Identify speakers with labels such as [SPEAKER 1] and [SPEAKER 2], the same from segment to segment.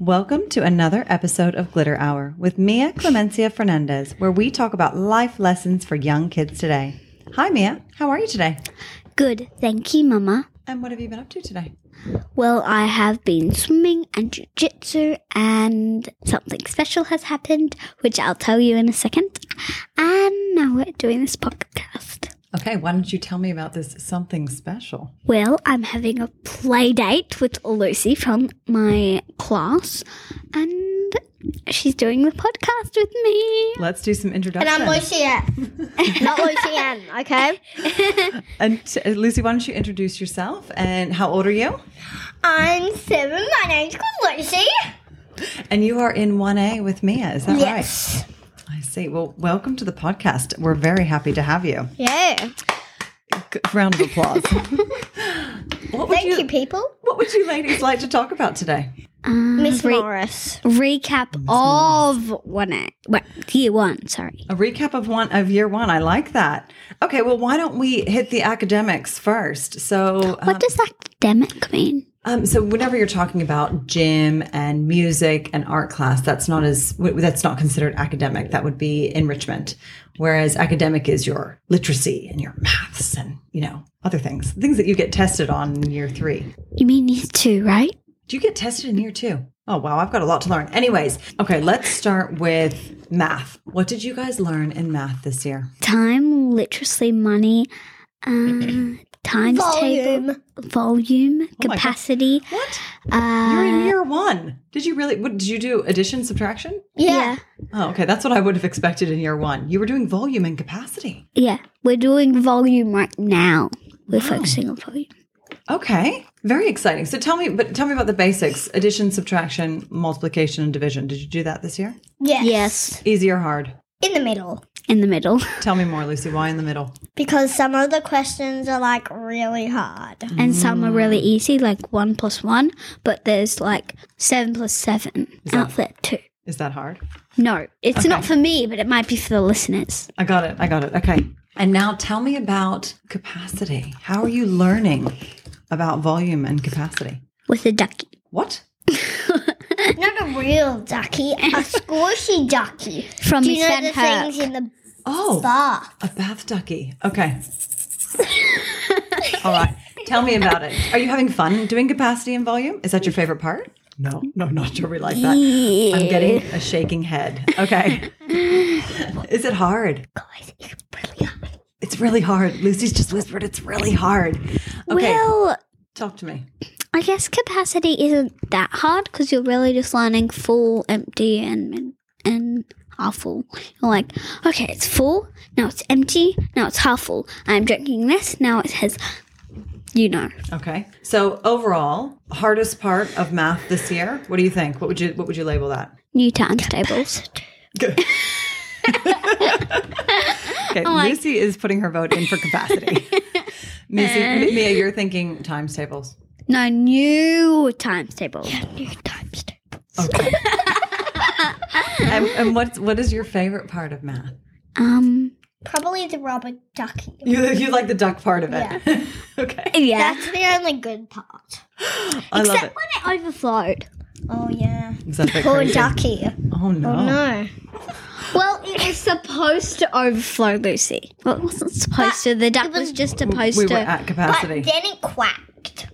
[SPEAKER 1] Welcome to another episode of Glitter Hour with Mia Clemencia Fernandez, where we talk about life lessons for young kids today. Hi, Mia. How are you today?
[SPEAKER 2] Good, thank you, Mama.
[SPEAKER 1] And what have you been up to today?
[SPEAKER 2] Well, I have been swimming and jujitsu, and something special has happened, which I'll tell you in a second. And now we're doing this podcast.
[SPEAKER 1] Okay, why don't you tell me about this something special?
[SPEAKER 2] Well, I'm having a play date with Lucy from my class, and she's doing the podcast with me.
[SPEAKER 1] Let's do some
[SPEAKER 3] And
[SPEAKER 1] introductions.
[SPEAKER 3] I'm Lucianne. Not Lucianne, okay?
[SPEAKER 1] And t- uh, Lucy, why don't you introduce yourself and how old are you?
[SPEAKER 3] I'm seven. My name's called Lucy.
[SPEAKER 1] And you are in 1A with Mia, is that
[SPEAKER 3] Yes.
[SPEAKER 1] right? I see. Well, welcome to the podcast. We're very happy to have you.
[SPEAKER 3] Yeah.
[SPEAKER 1] G- round of applause. what, would
[SPEAKER 3] Thank you,
[SPEAKER 1] you,
[SPEAKER 3] people.
[SPEAKER 1] what would you ladies like to talk about today?
[SPEAKER 3] Miss Morris.
[SPEAKER 2] Recap of one, a- well, year one. Sorry.
[SPEAKER 1] A recap of one of year one. I like that. Okay, well, why don't we hit the academics first? So, um,
[SPEAKER 2] What does academic mean?
[SPEAKER 1] um, so whenever you're talking about gym and music and art class, that's not as w- that's not considered academic. That would be enrichment. Whereas academic is your literacy and your maths and you know other things, things that you get tested on in year three.
[SPEAKER 2] You mean year two, right?
[SPEAKER 1] Do you get tested in year two? Oh wow, I've got a lot to learn. Anyways, okay, let's start with math. What did you guys learn in math this year?
[SPEAKER 2] Time, literacy, money, uh, times table,
[SPEAKER 3] Volume. Oh
[SPEAKER 2] volume,
[SPEAKER 1] my God.
[SPEAKER 2] capacity.
[SPEAKER 1] What?
[SPEAKER 2] Uh,
[SPEAKER 1] You're in year one. Did you really? What did you do? Addition, subtraction?
[SPEAKER 3] Yeah.
[SPEAKER 1] Oh, okay. That's what I would have expected in year one. You were doing volume and capacity.
[SPEAKER 2] yeah, we're doing volume right now. We're focusing on volume.
[SPEAKER 1] Okay, very exciting. So tell me, but tell me about the basics: addition, subtraction, multiplication, and division. Did you do that this year?
[SPEAKER 3] Yes.
[SPEAKER 2] Yes,
[SPEAKER 1] Easy or hard?
[SPEAKER 3] In the middle.
[SPEAKER 2] in the middle,
[SPEAKER 1] Tell me more, Lucy. Why in the middle?
[SPEAKER 3] Because some of the questions are like really hard.
[SPEAKER 2] and some are really
[SPEAKER 3] Mm.
[SPEAKER 2] easy, like one plus one. But there's like seven plus seven out there too.
[SPEAKER 1] Is that hard?
[SPEAKER 2] No, it's not for me, but it might be for the listeners.
[SPEAKER 1] I got it. I got it. Okay. And now tell me about capacity. How are you learning about volume and capacity?
[SPEAKER 2] With a ducky,
[SPEAKER 1] What?
[SPEAKER 3] Not a real ducky, a squishy ducky.
[SPEAKER 2] From
[SPEAKER 3] Do you
[SPEAKER 2] Miss
[SPEAKER 3] know
[SPEAKER 2] Van
[SPEAKER 3] the
[SPEAKER 2] Herk.
[SPEAKER 3] things in the
[SPEAKER 1] Oh,
[SPEAKER 3] bath?
[SPEAKER 1] A bath ducky. Okay. All right. Tell me about it. Are you having fun doing capacity and volume? Is that your favorite part? No, no, not sure we like that. I'm getting a shaking head. Okay. Is it hard?
[SPEAKER 2] guys, it's really hard.
[SPEAKER 1] It's really hard. Lucy's just whispered it's really hard. Okay.
[SPEAKER 2] Well,
[SPEAKER 1] talk to me.
[SPEAKER 2] I guess capacity isn't that hard because you're really just learning full, empty, and and- and half full. You're like, okay, it's full. Now it's empty. Now it's half full. I'm drinking this. Now it has, you know,
[SPEAKER 1] Okay. So overall, hardest part of math this year. What do you think? What would you what would you label that?
[SPEAKER 2] new times tables.
[SPEAKER 1] Good. okay, Lucy is putting her vote in for capacity. Missy, Mia, you're thinking times tables.
[SPEAKER 2] No new times tables.
[SPEAKER 3] New times two.
[SPEAKER 1] Okay. and and what's, what is your favorite part of math?
[SPEAKER 2] Um,
[SPEAKER 3] Probably the rubber ducky.
[SPEAKER 1] You, you like the duck part of it. okay.
[SPEAKER 2] yeah.
[SPEAKER 3] That's the only good part.
[SPEAKER 1] I love it.
[SPEAKER 2] Except when it overflowed.
[SPEAKER 3] Oh, yeah.
[SPEAKER 1] Is that a bit
[SPEAKER 3] Poor
[SPEAKER 1] crazy?
[SPEAKER 3] ducky.
[SPEAKER 1] Oh, no.
[SPEAKER 3] No.
[SPEAKER 2] Well, it was supposed to overflow, Lucy. Well, it wasn't supposed to. The duck was just supposed
[SPEAKER 1] We were
[SPEAKER 2] to.
[SPEAKER 1] at
[SPEAKER 3] But
[SPEAKER 1] capacity.
[SPEAKER 3] then it quacked.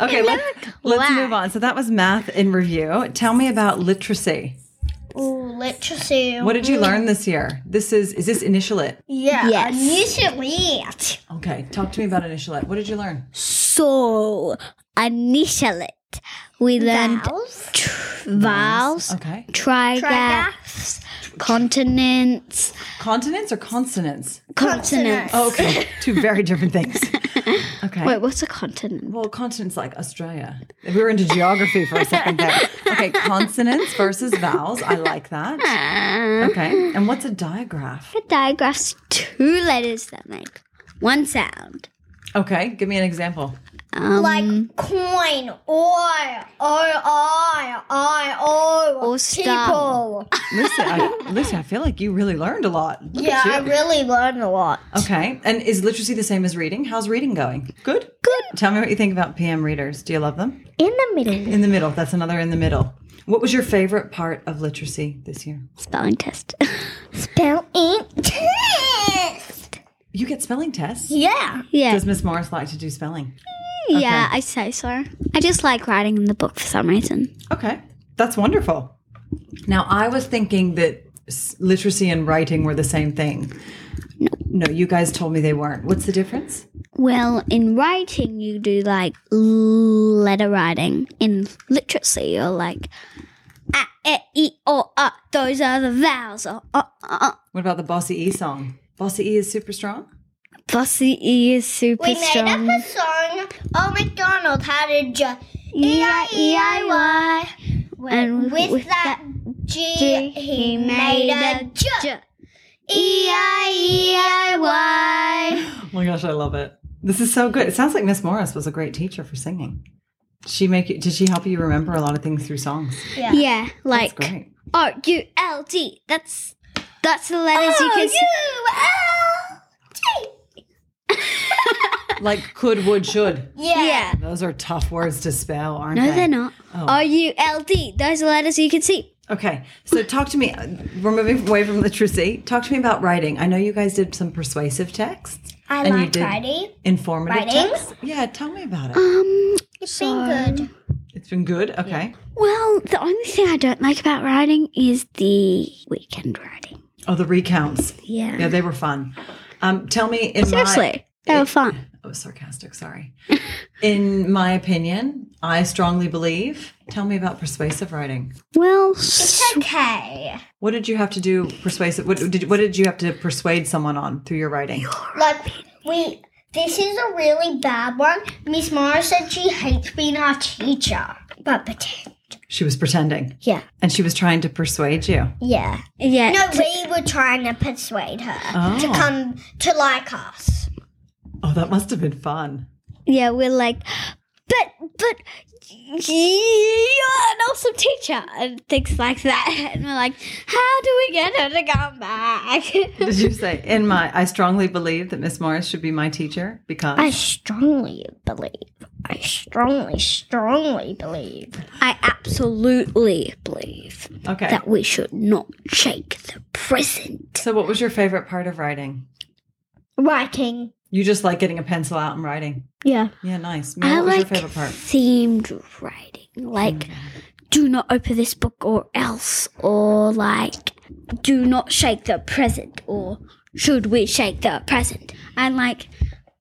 [SPEAKER 1] Okay, let's, let's move on. So that was math in review. Tell me about literacy.
[SPEAKER 3] Ooh, literacy.
[SPEAKER 1] What did you learn this year? This is is this initialate?
[SPEAKER 3] Yeah.
[SPEAKER 2] Yes.
[SPEAKER 3] Initially.
[SPEAKER 1] Okay, talk to me about initialate. What did you learn?
[SPEAKER 2] So, initially, we learned
[SPEAKER 3] Vowels.
[SPEAKER 2] tr- vowels,
[SPEAKER 1] Okay.
[SPEAKER 2] trigraphs, continents,
[SPEAKER 1] Continents or consonants?
[SPEAKER 2] consonants.
[SPEAKER 1] Okay, two very different things. Okay.
[SPEAKER 2] Wait, what's a continent?
[SPEAKER 1] Well, continents like Australia. We were into geography for a second there. Okay, consonants versus vowels. I like
[SPEAKER 2] Uh,
[SPEAKER 1] that. Okay, and what's a digraph?
[SPEAKER 2] A digraph's two letters that make one sound.
[SPEAKER 1] Okay, give me an example.
[SPEAKER 2] Um,
[SPEAKER 3] like coin, oil, oil, oil, oil, oil,
[SPEAKER 2] Or stop.
[SPEAKER 3] people.
[SPEAKER 1] Lucy, I, Lucy, I feel like you really learned a lot. Look
[SPEAKER 3] Yeah,
[SPEAKER 1] at you.
[SPEAKER 3] I really learned a lot.
[SPEAKER 1] Okay. And is literacy the same as reading? How's reading going? Good. Good. Tell me what you think about PM readers. Do you love them?
[SPEAKER 3] In the middle.
[SPEAKER 1] In the middle. That's another in the middle. What was your favorite part of literacy this year?
[SPEAKER 2] spelling test.
[SPEAKER 3] Spell in test.
[SPEAKER 1] You get spelling tests.
[SPEAKER 3] Yeah.
[SPEAKER 2] yeah.
[SPEAKER 1] Does Miss Morris like to do spelling?
[SPEAKER 2] Yeah, I say so. I just like writing in the book for some reason.
[SPEAKER 1] Okay. That's wonderful. Now, I was thinking that s- literacy and writing were the same thing. No, you guys told me they weren't. What's the difference?
[SPEAKER 2] Well, in writing, you do like letter writing. In literacy, you're like, ah, eh, e, or, uh, those are the vowels. Or, uh, uh, uh.
[SPEAKER 1] What about the Bossy E song? Bossy E is super strong?
[SPEAKER 2] Bossy E is super
[SPEAKER 3] We made
[SPEAKER 2] strong.
[SPEAKER 3] up a song. Oh, McDonald had a J.
[SPEAKER 2] E
[SPEAKER 3] E
[SPEAKER 2] E-I-E-I-Y. And
[SPEAKER 3] With, with that G,
[SPEAKER 2] G,
[SPEAKER 3] he made a J. E E-I-E-I-Y.
[SPEAKER 1] Oh my gosh, I love it. This is so good. It sounds like Miss Morris was a great teacher for singing. She make you, did she help you remember a lot of things through songs?
[SPEAKER 3] Yeah.
[SPEAKER 2] Yeah,
[SPEAKER 1] That's
[SPEAKER 2] like
[SPEAKER 1] great.
[SPEAKER 2] R U L D. That's that's the letters
[SPEAKER 3] Oh,
[SPEAKER 2] you can. s-
[SPEAKER 3] ah.
[SPEAKER 1] Like could, would, should.
[SPEAKER 3] Yeah.
[SPEAKER 2] yeah.
[SPEAKER 1] Those are tough words to spell, aren't
[SPEAKER 2] No,
[SPEAKER 1] they?
[SPEAKER 2] they're not.
[SPEAKER 1] Oh.
[SPEAKER 2] R U L D. Those are letters you can see.
[SPEAKER 1] Okay, so talk to me. We're moving away from literacy. Talk to me about writing. I know you guys did some persuasive texts,
[SPEAKER 3] I
[SPEAKER 1] And you
[SPEAKER 3] like
[SPEAKER 1] did-
[SPEAKER 3] writing.
[SPEAKER 1] informative
[SPEAKER 3] Writing?
[SPEAKER 1] texts. Yeah, tell me about it.
[SPEAKER 2] Um.
[SPEAKER 3] It's been good.
[SPEAKER 1] It's been good. Okay.
[SPEAKER 2] Well, the only thing I don't like about writing is the weekend writing.
[SPEAKER 1] Oh, the recounts.
[SPEAKER 2] Yeah.
[SPEAKER 1] Yeah, they were fun. Um, tell me in my
[SPEAKER 2] Seriously, they were fun.
[SPEAKER 1] I was sarcastic, sorry. In my opinion, I strongly believe. Tell me about persuasive writing.
[SPEAKER 2] Well,
[SPEAKER 3] It's okay.
[SPEAKER 1] What did you have to do persuasive? What did what did you have to persuade someone on through your writing?
[SPEAKER 3] Like we this is a really bad one. Miss Mara said she hates being our teacher. But pretend.
[SPEAKER 1] She was pretending,
[SPEAKER 3] Yeah.
[SPEAKER 1] and she was trying to persuade you.
[SPEAKER 3] Yeah.
[SPEAKER 2] yeah.
[SPEAKER 3] No, we were trying to persuade
[SPEAKER 2] Uh.
[SPEAKER 3] her to
[SPEAKER 1] Oh.
[SPEAKER 3] come to like us.
[SPEAKER 1] Oh, that must have been fun.
[SPEAKER 2] Yeah, we're like, but but you're an awesome teacher and things like that. And we're like, how do we get her to come back?
[SPEAKER 1] Did you say in my? I strongly believe that Miss Morris should be my teacher because
[SPEAKER 3] I strongly believe. I strongly, strongly believe. Uh.
[SPEAKER 2] I absolutely believe
[SPEAKER 1] okay.
[SPEAKER 2] that we should not shake the present.
[SPEAKER 1] so, what was your favorite part of writing?
[SPEAKER 3] Writing.
[SPEAKER 1] You just like getting a pencil out and writing.
[SPEAKER 3] Yeah.
[SPEAKER 1] Yeah, nice. Mia,
[SPEAKER 2] I
[SPEAKER 1] what was
[SPEAKER 2] like
[SPEAKER 1] your favorite part?
[SPEAKER 2] themed writing, like
[SPEAKER 3] Mm.
[SPEAKER 2] do not open this book or else, or like do not shake the present, or should we shake the present? And like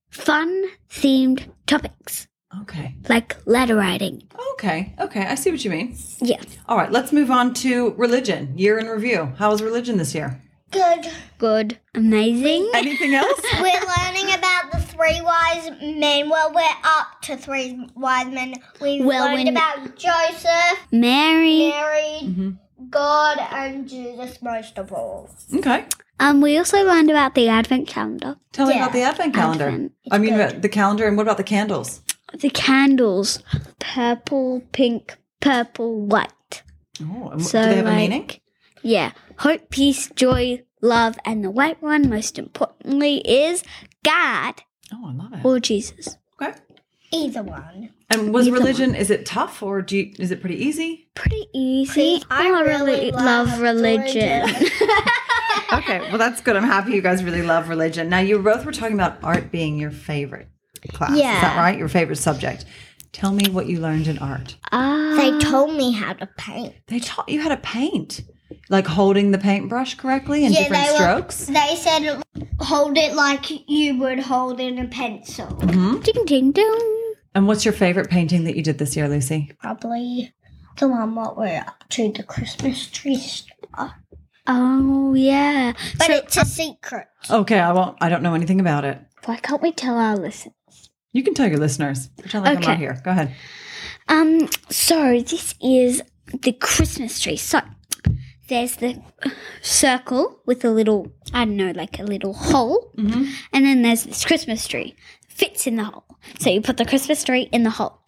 [SPEAKER 2] fun themed topics,
[SPEAKER 1] Okay.
[SPEAKER 2] like letter writing.
[SPEAKER 1] Okay. Okay. I see what you mean.
[SPEAKER 2] Yeah,
[SPEAKER 1] All right, let's move on to religion. Year in review. How was religion this year?
[SPEAKER 3] Good.
[SPEAKER 2] good, amazing.
[SPEAKER 1] Anything else?
[SPEAKER 3] We're learning about the three wise men. Well, we're up to three wise men. We've
[SPEAKER 2] Well,
[SPEAKER 3] learned
[SPEAKER 2] when- Mm-hmm.
[SPEAKER 3] about Joseph,
[SPEAKER 2] Mary.
[SPEAKER 3] Mary,
[SPEAKER 2] Mm-hmm.
[SPEAKER 3] God, and Jesus most of all.
[SPEAKER 1] okay.
[SPEAKER 2] Um, we also learned about the advent calendar.
[SPEAKER 1] Tell me
[SPEAKER 3] Yeah,
[SPEAKER 1] about the Advent calendar.
[SPEAKER 2] Advent.
[SPEAKER 1] I mean, about the calendar, and what about the candles?
[SPEAKER 2] The candles, purple, pink, purple, white.
[SPEAKER 1] Oh, and wh-
[SPEAKER 2] So,
[SPEAKER 1] do they have a
[SPEAKER 2] like-
[SPEAKER 1] meaning?
[SPEAKER 2] Yeah. Hope, peace, joy, love, and the white one, most importantly, is God
[SPEAKER 1] Oh, I love it.
[SPEAKER 2] or Jesus.
[SPEAKER 1] okay.
[SPEAKER 3] Either one.
[SPEAKER 1] And was
[SPEAKER 2] Either
[SPEAKER 1] religion? Is it tough, or do you, is it pretty easy?
[SPEAKER 2] Pretty easy. I, really love religion.
[SPEAKER 1] Okay. Well, that's good. I'm happy you guys really love religion. Now, you both were talking about art being your favorite class. Is that
[SPEAKER 3] Yeah.
[SPEAKER 1] right? Your favorite subject. Tell me what you learned in art.
[SPEAKER 2] Ah,
[SPEAKER 3] they told me how to paint.
[SPEAKER 1] They taught you how to paint, like holding the paintbrush correctly and
[SPEAKER 3] Yeah,
[SPEAKER 1] different
[SPEAKER 3] they were-
[SPEAKER 1] strokes.
[SPEAKER 3] They said hold it like you would hold in a pencil.
[SPEAKER 1] Mm-hmm.
[SPEAKER 2] ding ding dong.
[SPEAKER 1] And what's your favorite painting that you did this year, Lucy?
[SPEAKER 3] Probably the one what we're up to, the Christmas tree store.
[SPEAKER 2] Oh yeah.
[SPEAKER 3] But
[SPEAKER 2] so
[SPEAKER 3] it's a secret.
[SPEAKER 1] Okay, I won't. I don't know anything about it.
[SPEAKER 2] why can't we tell our listeners?
[SPEAKER 1] You can tell your listeners. Pretend like I'm
[SPEAKER 2] Okay.
[SPEAKER 1] not here. Go ahead.
[SPEAKER 2] Um. So this is the Christmas tree. So there's the circle with a
[SPEAKER 1] Mm-hmm.
[SPEAKER 2] little, I don't know, like a little hole, and then there's this Christmas tree fits in the hole. So you put the Christmas tree in the hole.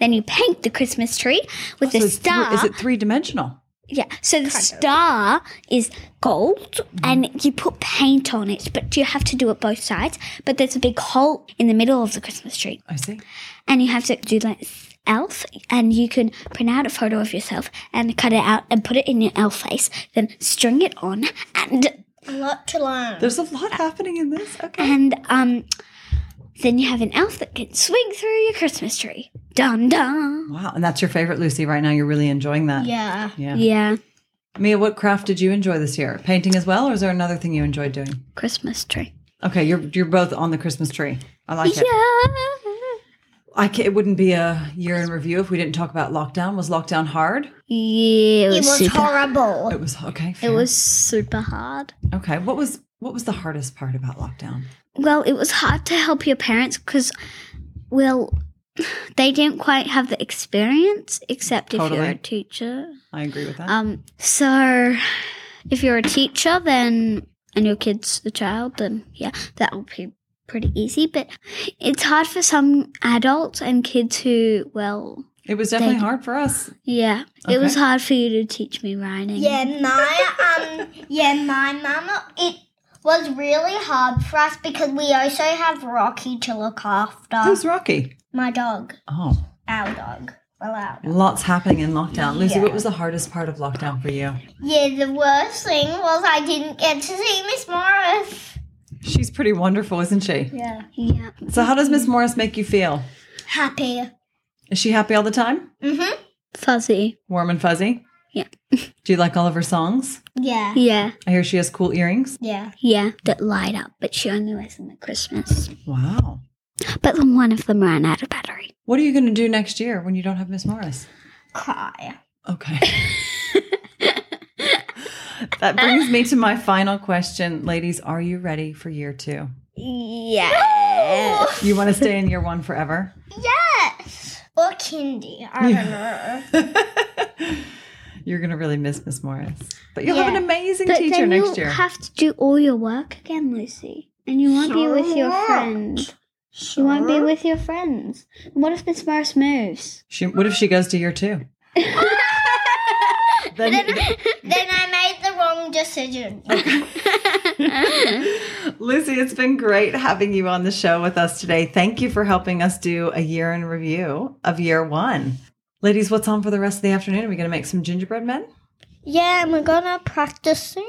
[SPEAKER 2] Then you paint the Christmas tree with
[SPEAKER 1] Oh, So
[SPEAKER 2] a
[SPEAKER 1] it's three-
[SPEAKER 2] star.
[SPEAKER 1] is it three dimensional?
[SPEAKER 2] Yeah. So the star is gold
[SPEAKER 1] Mm-hmm.
[SPEAKER 2] and you put paint on it, but you have to do it both sides. But there's a big hole in the middle of the Christmas tree
[SPEAKER 1] I see.
[SPEAKER 2] and you have to do like elf and you can print out a photo of yourself and cut it out and put it in your elf face, then string it on and
[SPEAKER 3] A lot to learn.
[SPEAKER 1] There's a lot happening in this. Okay.
[SPEAKER 2] and um then you have an elf that can swing through your Christmas tree. Dum dum.
[SPEAKER 1] Wow. And that's your favorite, Lucy, right now. You're really enjoying that.
[SPEAKER 3] yeah.
[SPEAKER 1] Yeah.
[SPEAKER 2] Yeah.
[SPEAKER 1] Mia, what craft did you enjoy this year? Painting as well, or is there another thing you enjoyed doing?
[SPEAKER 2] Christmas tree.
[SPEAKER 1] Okay, you're you're both on the Christmas tree. I like it.
[SPEAKER 2] Yeah.
[SPEAKER 1] I ca it wouldn't be a year in review if we didn't talk about lockdown. Was lockdown hard?
[SPEAKER 2] Yeah, it was,
[SPEAKER 3] It was
[SPEAKER 2] super.
[SPEAKER 3] horrible.
[SPEAKER 1] It was okay.
[SPEAKER 2] It
[SPEAKER 1] fair.
[SPEAKER 2] was super hard.
[SPEAKER 1] okay. What was what was the hardest part about lockdown?
[SPEAKER 2] Well, it was hard to help your parents because, well, they didn't quite have the experience, except if you're
[SPEAKER 1] Totally.
[SPEAKER 2] a teacher.
[SPEAKER 1] I agree with that.
[SPEAKER 2] Um, so if you're a teacher, then and your kid's a child, then yeah, that will be pretty easy. But it's hard for some adults and kids who, well,
[SPEAKER 1] it was definitely
[SPEAKER 2] thank- Uh,
[SPEAKER 1] hard for us.
[SPEAKER 2] yeah, it was
[SPEAKER 1] Okay.
[SPEAKER 2] hard for you to teach me writing.
[SPEAKER 3] Yeah, my um, yeah, my mama. It was really hard for us because we also have Rocky to look after.
[SPEAKER 1] Who's Rocky?
[SPEAKER 3] My dog,
[SPEAKER 1] Oh,
[SPEAKER 3] our dog. Well, our dog.
[SPEAKER 1] lots happening in lockdown. Lucy,
[SPEAKER 3] Yeah.
[SPEAKER 1] what was the hardest part of lockdown for you?
[SPEAKER 3] Yeah, the worst thing was I didn't get to see Miss Morris.
[SPEAKER 1] She's pretty wonderful, isn't she?
[SPEAKER 3] Yeah.
[SPEAKER 2] yeah.
[SPEAKER 1] So, how does Miss Morris make you feel?
[SPEAKER 3] Happy.
[SPEAKER 1] Is she happy all the time?
[SPEAKER 3] Mhm.
[SPEAKER 2] Fuzzy.
[SPEAKER 1] Warm and fuzzy?
[SPEAKER 2] Yeah.
[SPEAKER 1] Do you like all of her songs?
[SPEAKER 3] Yeah.
[SPEAKER 2] Yeah.
[SPEAKER 1] I hear she has cool earrings.
[SPEAKER 3] Yeah.
[SPEAKER 2] Yeah, that light up, but she only wears them at Christmas.
[SPEAKER 1] Wow.
[SPEAKER 2] But then one of them ran out of battery.
[SPEAKER 1] What are you going to do next year when you don't have Miss Morris?
[SPEAKER 3] Cry.
[SPEAKER 1] Okay. that brings me to my final question. Ladies, are you ready for year two?
[SPEAKER 2] Yeah.
[SPEAKER 1] You want to stay in year one forever?
[SPEAKER 3] Yes. Or kindy. I don't know.
[SPEAKER 1] You're going to really miss Miss Morris. But you'll have
[SPEAKER 3] Yeah.
[SPEAKER 1] an amazing
[SPEAKER 2] But
[SPEAKER 1] teacher
[SPEAKER 2] then
[SPEAKER 1] next
[SPEAKER 2] you'll
[SPEAKER 1] year.
[SPEAKER 2] have to do all your work again, Lucy. And you won't be with your
[SPEAKER 3] Sure.
[SPEAKER 2] friends. You won't be with your friends. What if Miss Morris moves?
[SPEAKER 1] she, what if she goes to year two? then,
[SPEAKER 3] Then I made the wrong decision.
[SPEAKER 1] Lucy, it's been great having you on the show with us today. Thank you for helping us do a year in review of year one. Ladies, what's on for the rest of the afternoon? Are we going to make some gingerbread men?
[SPEAKER 3] yeah, and we're gonna practice soon.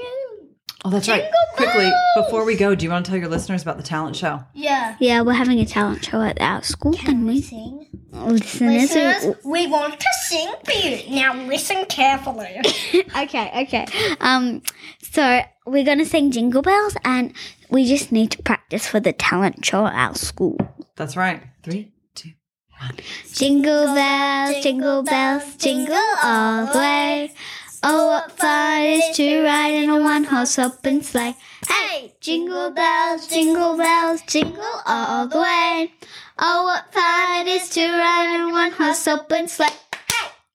[SPEAKER 1] Oh, that's right. Quickly, before we go, do you want to tell your listeners about the talent show?
[SPEAKER 3] Yeah.
[SPEAKER 2] yeah, we're having a talent show at our school, and we
[SPEAKER 3] Sing.
[SPEAKER 2] listeners.
[SPEAKER 3] Listeners, we want to sing for you. Now listen carefully.
[SPEAKER 2] okay, okay. Um, so we're gonna sing Jingle Bells, and we just need to practice for the talent show at our school.
[SPEAKER 1] That's right. Three, two.
[SPEAKER 2] Jingle bells, jingle bells, jingle all the way. Oh, what fun it is to ride in a one horse open sleigh.
[SPEAKER 3] Hey,
[SPEAKER 2] Jingle bells, jingle bells, jingle all the way. Oh, what fun it is to ride in a one horse open sleigh.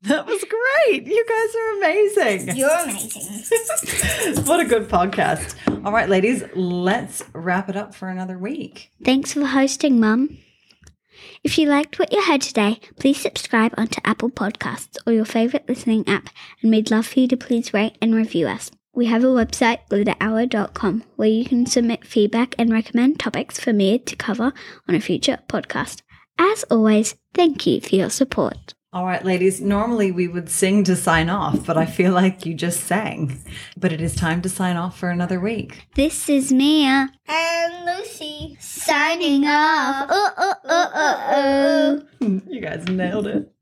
[SPEAKER 1] That was great. You guys are amazing.
[SPEAKER 3] You're amazing.
[SPEAKER 1] What a good podcast. All right, ladies, let's wrap it up for another week.
[SPEAKER 2] Thanks for hosting, Mum. If you liked what you heard today, please subscribe onto Apple Podcasts or your favourite listening app, and we'd love for you to please rate and review us. We have a website, glitterhour.com, where you can submit feedback and recommend topics for me to cover on a future podcast. As always, thank you for your support.
[SPEAKER 1] All right, ladies, normally we would sing to sign off, but I feel like you just sang. But it is time to sign off for another week.
[SPEAKER 2] This is Mia.
[SPEAKER 3] and Lucy.
[SPEAKER 2] Signing off. Oh, oh, oh, oh, oh.
[SPEAKER 1] You guys nailed it.